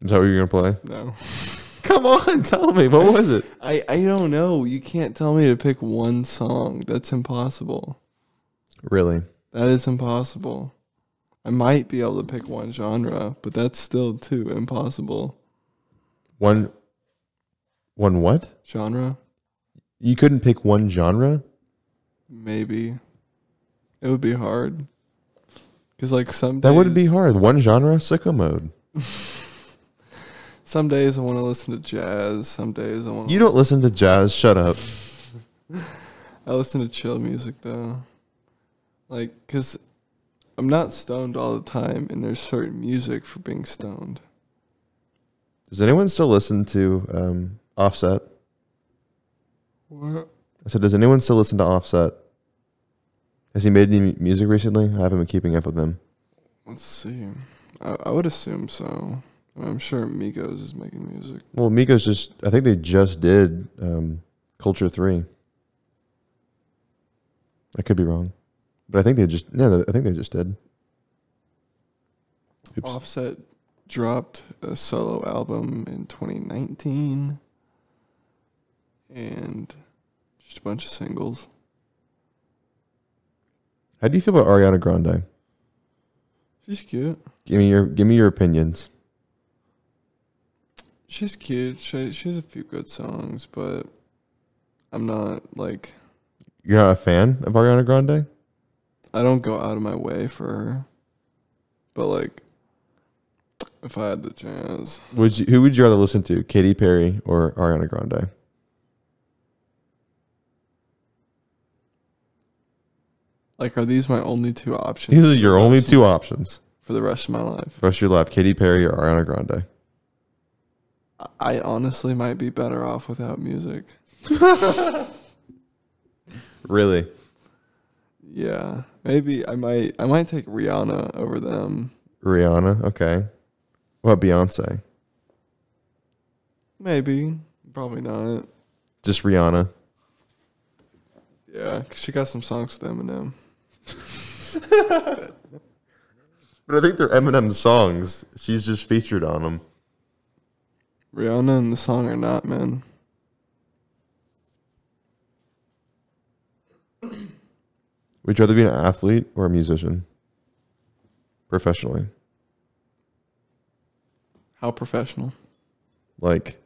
S2: Is that what you're gonna play?
S1: No.
S2: Come on, tell me. What was it?
S1: I, I don't know. You can't tell me to pick one song. That's impossible.
S2: Really?
S1: That is impossible. I might be able to pick one genre, but that's still too impossible.
S2: One. One what?
S1: Genre?
S2: You couldn't pick one genre.
S1: Maybe. It would be hard. Cause like some
S2: That wouldn't be
S1: days-
S2: hard. One genre, sicko mode.
S1: Some days I want to listen to jazz. Some days I want.
S2: You don't listen to jazz. Shut up.
S1: I listen to chill music though, like because I'm not stoned all the time, and there's certain music for being stoned.
S2: Does anyone still listen to um, Offset?
S1: What?
S2: I said, does anyone still listen to Offset? Has he made any mu- music recently? I haven't been keeping up with him.
S1: Let's see. I, I would assume so. I'm sure Migos is making music.
S2: Well, Migos just, I think they just did um, Culture 3. I could be wrong. But I think they just, yeah, I think they just did. Oops.
S1: Offset dropped a solo album in 2019, and just a bunch of singles.
S2: How do you feel about Ariana Grande?
S1: She's cute.
S2: Give me your, give me your opinions.
S1: She's cute. She she has a few good songs, but I'm not like
S2: You're not a fan of Ariana Grande?
S1: I don't go out of my way for her. But like if I had the chance,
S2: Would you, who would you rather listen to, Katy Perry or Ariana Grande?
S1: like are these my only two options?
S2: These are your
S1: for the
S2: only
S1: rest-
S2: two options.
S1: for the rest of my life.
S2: Rest of your life, Katy Perry or Ariana Grande.
S1: I- I honestly might be better off without music.
S2: Really?
S1: Yeah. Maybe I might I might take Rihanna over them.
S2: Rihanna? Okay. What about Beyonce?
S1: Maybe. Probably not.
S2: Just Rihanna.
S1: Yeah, 'cause she got some songs with Eminem.
S2: But I think they're Eminem songs. She's just featured on them.
S1: Rihanna and the song are not, man.
S2: Would you rather be an athlete or a musician? Professionally.
S1: How professional.
S2: Like,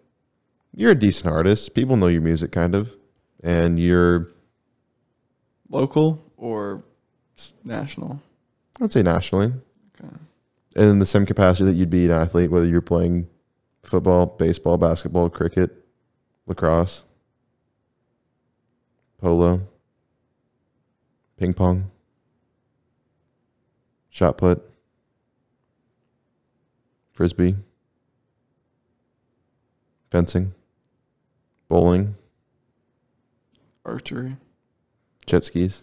S2: you're a decent artist. People know your music, kind of. And you're,
S1: Local or s- national?
S2: I'd say nationally.
S1: Okay.
S2: And in the same capacity that you'd be an athlete, whether you're playing football, baseball, basketball, cricket, lacrosse, polo, ping pong, shot put, frisbee, fencing, bowling,
S1: Archery.
S2: jet skis,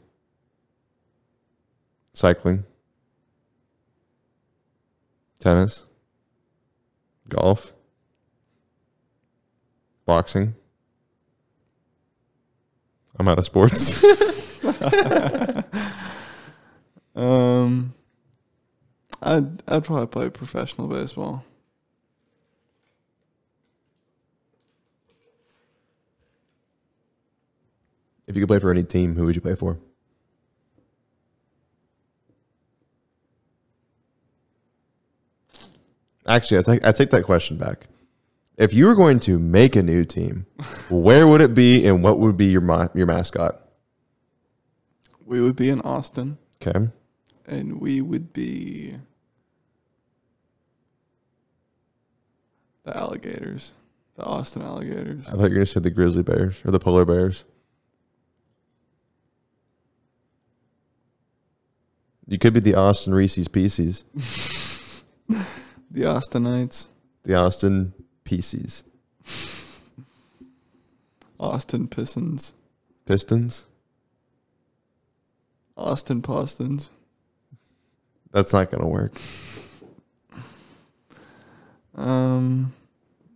S2: cycling, tennis, golf, boxing. I'm out of sports.
S1: Um, I'd I'd probably play professional baseball.
S2: if you could play for any team, who would you play for? Actually, I take, I take that question back. If you were going to make a new team, where would it be and what would be your ma- your mascot?
S1: We would be in Austin,
S2: Okay.
S1: and we would be the alligators, the Austin alligators.
S2: I thought you were going to say the grizzly bears or the polar bears. You could be the Austin Reese's Pieces.
S1: The Austinites,
S2: The Austin Pieces.
S1: Austin Pistons,
S2: Pistons?
S1: Austin Postons.
S2: That's not gonna work.
S1: Um,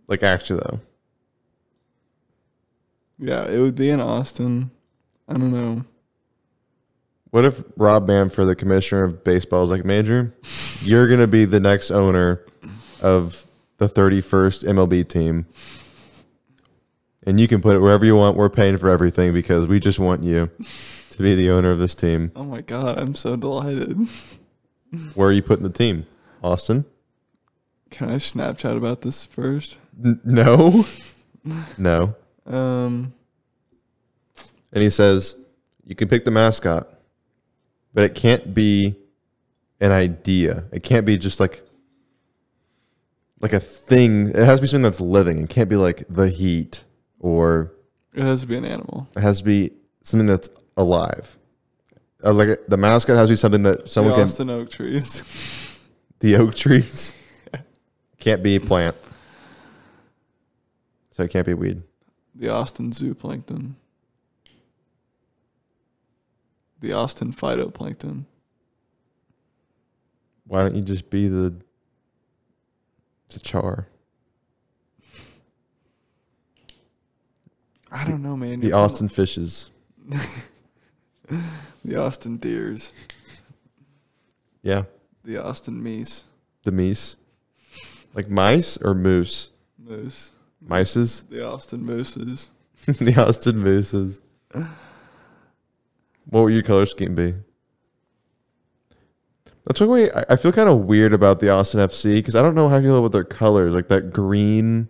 S2: Like actually though.
S1: yeah, it would be in Austin. I don't know.
S2: What if Rob Manfred, the commissioner of baseball, is like, Major, you're going to be the next owner of the 31st MLB team. And you can put it wherever you want. We're paying for everything because we just want you to be the owner of this team.
S1: Oh my god, I'm so delighted.
S2: Where are you putting the team? Austin?
S1: Can I Snapchat about this first?
S2: N- no. No.
S1: Um,
S2: and he says, "You can pick the mascot, but it can't be an idea. It can't be just like like a thing. It has to be something that's living. It can't be like the heat, or
S1: it has to be an animal.
S2: it has to be something that's alive. Uh, like the mascot has to be something that someone
S1: the
S2: can.
S1: Austin oak trees.
S2: The oak trees can't be a plant, so it can't be weed.
S1: the Austin zooplankton. The Austin phytoplankton.
S2: Why don't you just be the the char?"
S1: I don't know, man.
S2: The
S1: You're
S2: Austin fishes.
S1: The Austin deers.
S2: Yeah.
S1: The Austin meese.
S2: The meese. Like mice or moose?
S1: Moose.
S2: Mices?
S1: The Austin mooses.
S2: the Austin mooses. What would your color scheme be? That's what we, I I feel kind of weird about the Austin FC because I don't know how you feel with their colors. Like that green,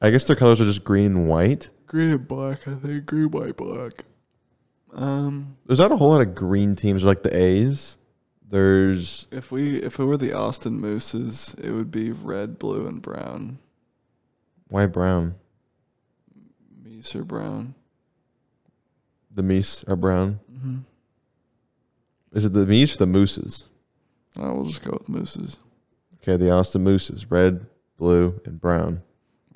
S2: I guess their colors are just green and white.
S1: Green and black, I think. Green, white, black. Um,
S2: There's not a whole lot of green teams like the A's. There's,
S1: if we if it were the Austin mooses, it would be red, blue, and brown.
S2: why brown?
S1: Meese are brown.
S2: The meese are brown.
S1: Mm-hmm.
S2: Is it the meese or the mooses?
S1: I will just go with mooses.
S2: Okay, the Austin mooses, red, blue, and brown.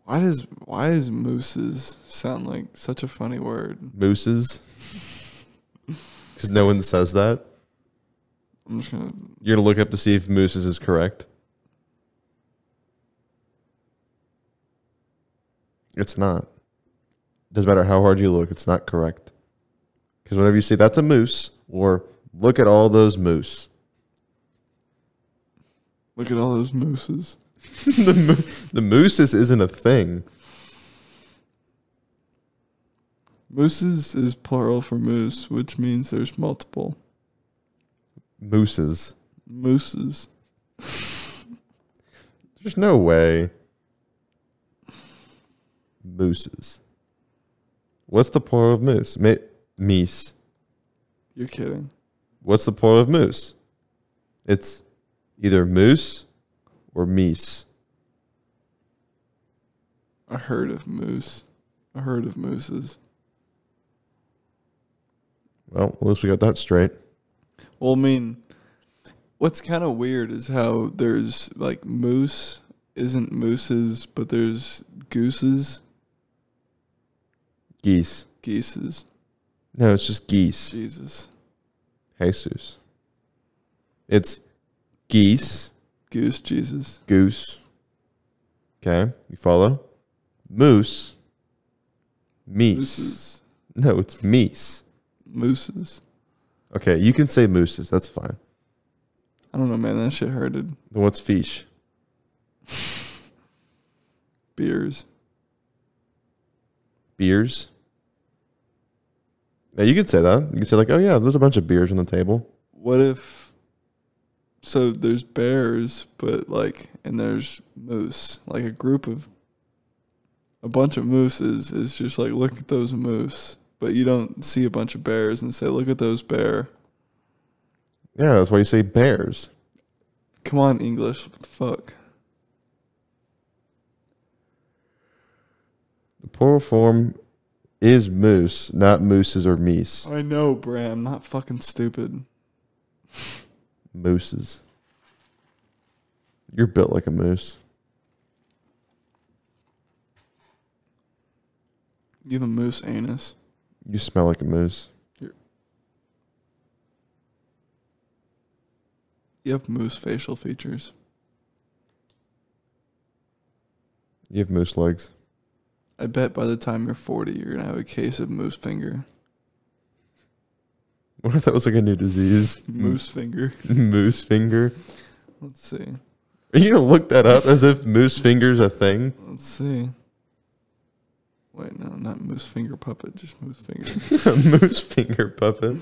S1: Why does why does mooses sound like such a funny word?
S2: mooses because no one says that.
S1: I'm just gonna
S2: You're gonna look up to see if mooses is correct. It's not. Doesn't matter how hard you look, it's not correct. Because whenever you say that's a moose, or look at all those moose,
S1: look at all those mooses.
S2: the mo- the mooses isn't a thing.
S1: Mooses is plural for moose, which means there's multiple
S2: Mooses.
S1: mooses.
S2: There's no way. Mooses. What's the plural of moose? Me- meese.
S1: You're kidding.
S2: What's the plural of moose? It's either moose or meese.
S1: A herd of moose. A herd of mooses.
S2: Well, at least we got that straight.
S1: Well, I mean, what's kind of weird is how there's like moose isn't mooses, but there's gooses,
S2: Geese.
S1: geeses.
S2: No, it's just geese.
S1: Jesus.
S2: Jesus. It's geese,
S1: Goose, Jesus.
S2: goose. Okay, you follow? Moose, meese.
S1: Mooses.
S2: No, it's meese.
S1: Mooses.
S2: Okay, you can say mooses. That's fine.
S1: I don't know, man. That shit hurted.
S2: Then what's fish?
S1: Beers.
S2: Beers. Yeah, you could say that. You could say like, oh yeah, there's a bunch of beers on the table.
S1: What if. So there's bears, but like. And there's moose. Like a group of. A bunch of mooses is just like, look at those moose. But you don't see a bunch of bears and say, look at those bear.
S2: Yeah, that's why you say bears.
S1: Come on, English. What the fuck?
S2: The plural form is moose, not mooses or meese.
S1: I know, Bram. Not fucking stupid.
S2: Mooses. You're built like a moose.
S1: You have a moose anus.
S2: You smell like a moose.
S1: You have moose facial features.
S2: You have moose legs.
S1: I bet by the time you're 40, you're gonna have a case of moose finger.
S2: What if that was like a new disease?
S1: Moose finger.
S2: moose finger.
S1: Let's see.
S2: Are you gonna look that up as if moose finger's a thing?
S1: Let's see. Wait, no, not moose finger puppet, just moose finger.
S2: moose finger puppet.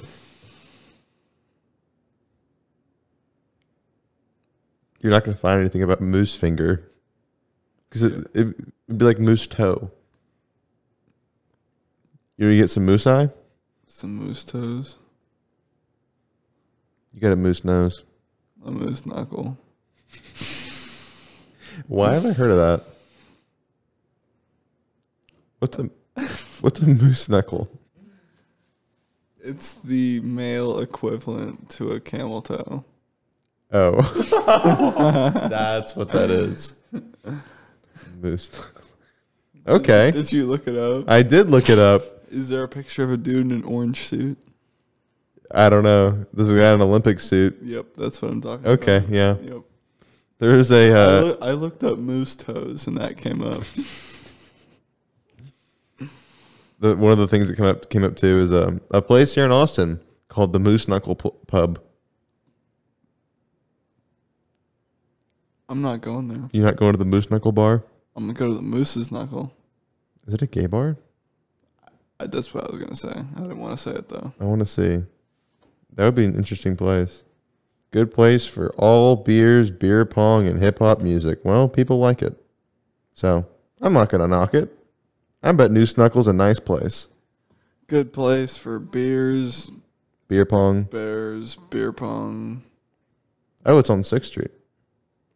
S2: You're not gonna find anything about moose finger, because it, it would be like moose toe. You know, you get some moose eye.
S1: Some moose toes,
S2: You got a moose nose.
S1: a moose knuckle.
S2: Why have I heard of that? What's a what's a moose knuckle?
S1: It's the male equivalent to a camel toe.
S2: Oh, that's what that is. Moose. knuckle. Okay,
S1: Did you look it up?
S2: I did look it up.
S1: Is there a picture of a dude in an orange suit?
S2: I don't know. This is a guy in an Olympic suit.
S1: Yep, that's what I'm talking
S2: Okay, yeah.
S1: about. Yep.
S2: There is
S1: I,
S2: a. Uh,
S1: loo- I looked up moose toes and that came up.
S2: the, one of the things that came up came up too is um, a place here in Austin called the Moose Knuckle P- Pub.
S1: I'm not going there.
S2: You're not going to the Moose Knuckle Bar?
S1: I'm gonna go to the moose's knuckle.
S2: Is it a gay bar?
S1: I, that's what I was gonna say. I didn't want to say it though.
S2: I want to see. That would be an interesting place. Good place for all beers, beer pong, and hip hop music. Well, people like it. So I'm not going to knock it. I bet New Snuckle's a nice place.
S1: Good place for beers,
S2: Beer pong.
S1: bears, beer pong.
S2: Oh, it's on 6th Street.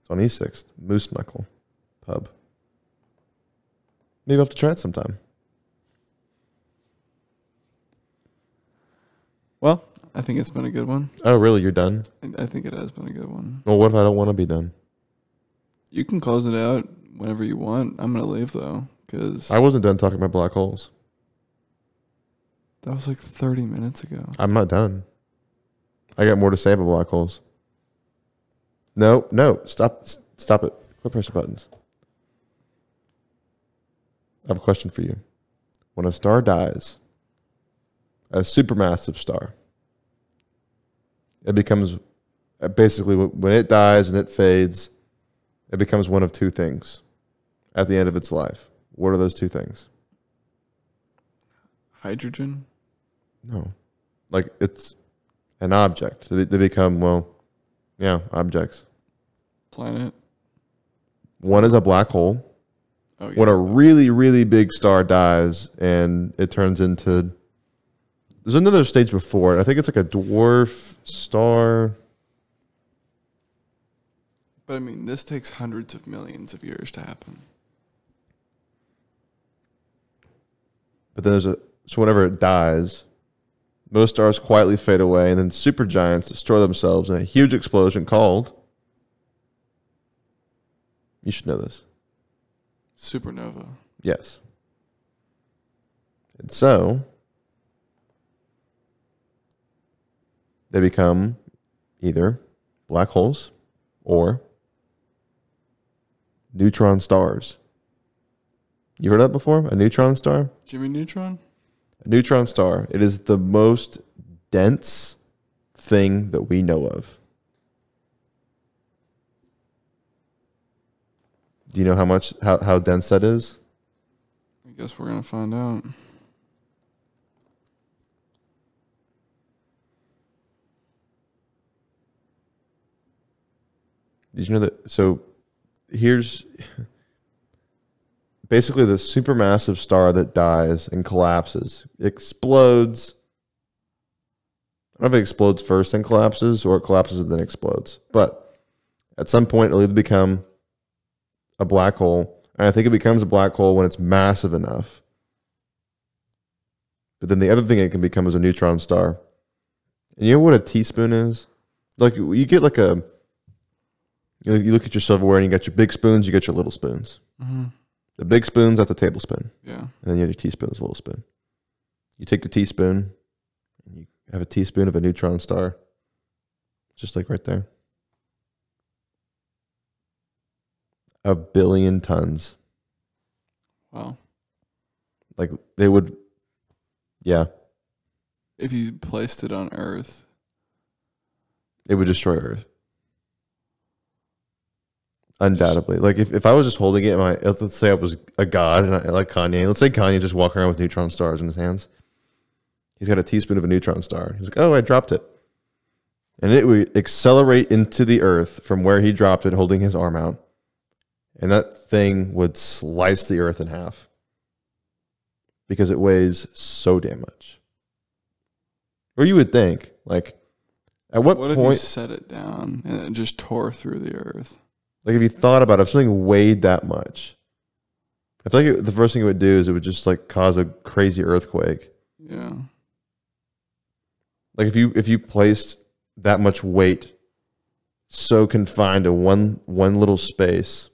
S2: It's on East 6th. Moose Knuckle Pub. Maybe I'll have to try it sometime.
S1: Well, I think it's been a good one.
S2: Oh, really? You're done?
S1: I- I think it has been a good one.
S2: Well, what if I don't want to be done?
S1: You can close it out whenever you want. I'm gonna leave though, because
S2: I wasn't done talking about black holes.
S1: that was like 30 minutes ago.
S2: I'm not done. I got more to say about black holes. No, no, stop, s- stop it. Quit pressing buttons. I have a question for you. When a star dies, a supermassive star, it becomes uh, basically wh- when it dies and it fades, it becomes one of two things at the end of its life. What are those two things?
S1: Hydrogen.
S2: No. Like it's an object. They, they become, well, yeah, objects.
S1: planet.
S2: One is a black hole.
S1: Oh yeah.
S2: When a really, really big star dies and it turns into. There's another stage before it. I think it's like a dwarf star.
S1: But I mean, this takes hundreds of millions of years to happen.
S2: But then there's a. So whenever it dies, most stars quietly fade away, and then supergiants destroy themselves in a huge explosion called. You should know this.
S1: Supernova.
S2: Yes. And so they become either black holes or neutron stars. You heard of that before? A neutron star?
S1: Jimmy Neutron.
S2: A neutron star. It is the most dense thing that we know of. Do you know how much how, how dense that is?
S1: I guess we're gonna find out.
S2: Did you know that? So here's basically the supermassive star that dies and collapses, explodes. I don't know if it explodes first and collapses, or it collapses and then explodes. But at some point, it'll either become a black hole, and I think it becomes a black hole when it's massive enough. But then the other thing it can become is a neutron star. And you know what a teaspoon is? Like you get like a you, you look at your silverware and you got your big spoons, you got your little spoons.
S1: hmm
S2: The big spoons, that's a tablespoon.
S1: Yeah.
S2: And then you have your teaspoon, that's a little spoon. You take the teaspoon and you have a teaspoon of a neutron star, just like right there. a billion tons.
S1: Wow.
S2: Like they would, yeah,
S1: If you placed it on Earth,
S2: it would destroy Earth. Undoubtedly, like if, if I was just holding it, in my let's let's say I was a god and I like Kanye. Let's say Kanye just walking around with neutron stars in his hands. He's got a teaspoon of a neutron star. He's like, oh, I dropped it, and it would accelerate into the Earth from where he dropped it, holding his arm out, and that thing would slice the Earth in half because it weighs so damn much. Or you would think, like, at what,
S1: what, if you
S2: point?
S1: set it down and it just tore through the Earth?
S2: Like if you thought about it, if something weighed that much, I feel like it, the first thing it would do is it would just like cause a crazy earthquake.
S1: Yeah.
S2: Like if you if you placed that much weight so confined to one one little space,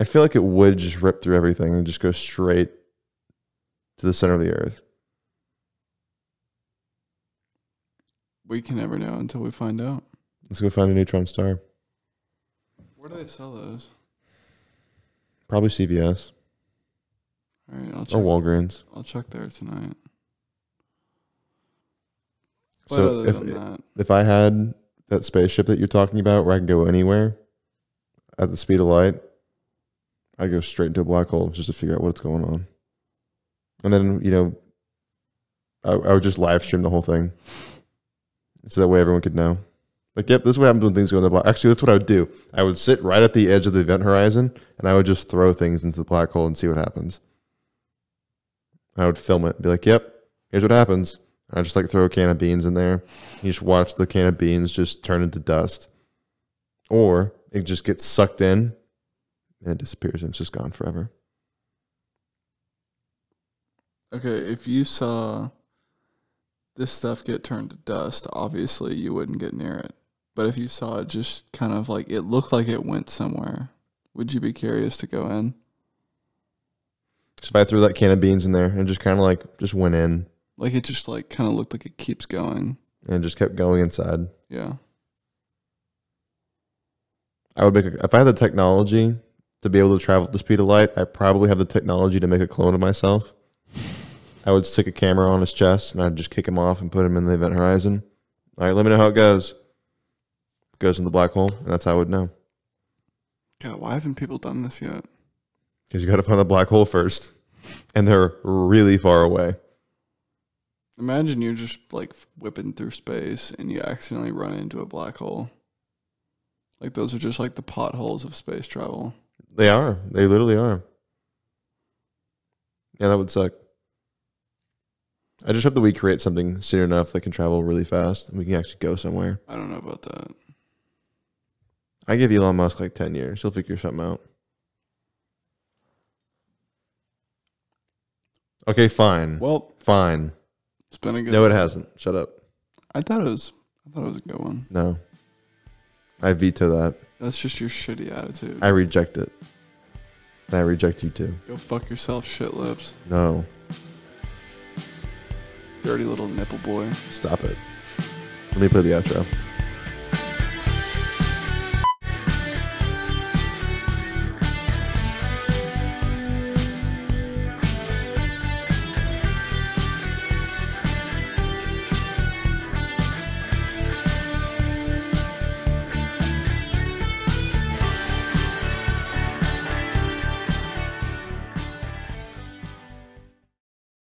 S2: I feel like it would just rip through everything and just go straight to the center of the earth.
S1: We can never know until we find out.
S2: Let's go find a neutron star.
S1: Where do they sell those?
S2: Probably CVS
S1: All right, I'll check.
S2: or Walgreens.
S1: I'll check there tonight. But
S2: So
S1: other
S2: if
S1: than that,
S2: if I had that spaceship that you're talking about where I can go anywhere at the speed of light, I'd go straight into a black hole just to figure out what's going on. And then, you know, I, I would just live stream the whole thing. So that way everyone could know. Like, yep, this is what happens when things go in the black. Actually, that's what I would do. I would sit right at the edge of the event horizon and I would just throw things into the black hole and see what happens. I would film it, be like, yep, here's what happens. I just like throw a can of beans in there. You just watch the can of beans just turn into dust, or it just gets sucked in and it disappears and it's just gone forever.
S1: okay, if you saw this stuff get turned to dust, obviously you wouldn't get near it. But if you saw it just kind of like it looked like it went somewhere, would you be curious to go in?
S2: So if I threw that can of beans in there and just kind of like just went in
S1: Like it just like kind of looked like it keeps going.
S2: and just kept going inside,
S1: Yeah.
S2: I would make a, if I had the technology to be able to travel at the speed of light, I probably have the technology to make a clone of myself. I would stick a camera on his chest and I'd just kick him off and put him in the event horizon. All right, let me know how it goes. Goes in the black hole, and that's how I would know.
S1: God, why haven't people done this yet?
S2: Because you got to find the black hole first, and they're really far away.
S1: Imagine you're just like whipping through space and you accidentally run into a black hole. Like those are just like the potholes of space travel.
S2: They are. They literally are. Yeah, that would suck. I just hope that we create something soon enough that can travel really fast and we can actually go somewhere.
S1: I don't know about that.
S2: I give Elon Musk like 10 years. He'll figure something out. Okay, fine.
S1: Well,
S2: Fine.
S1: it's been a good.
S2: No, it hasn't. Shut up.
S1: I thought it was. I thought it was a good one.
S2: No. I veto that.
S1: That's just your shitty attitude.
S2: I reject it. And I reject you too.
S1: Go fuck yourself, shit lips,
S2: No.
S1: dirty little nipple boy.
S2: Stop it. Let me play the outro.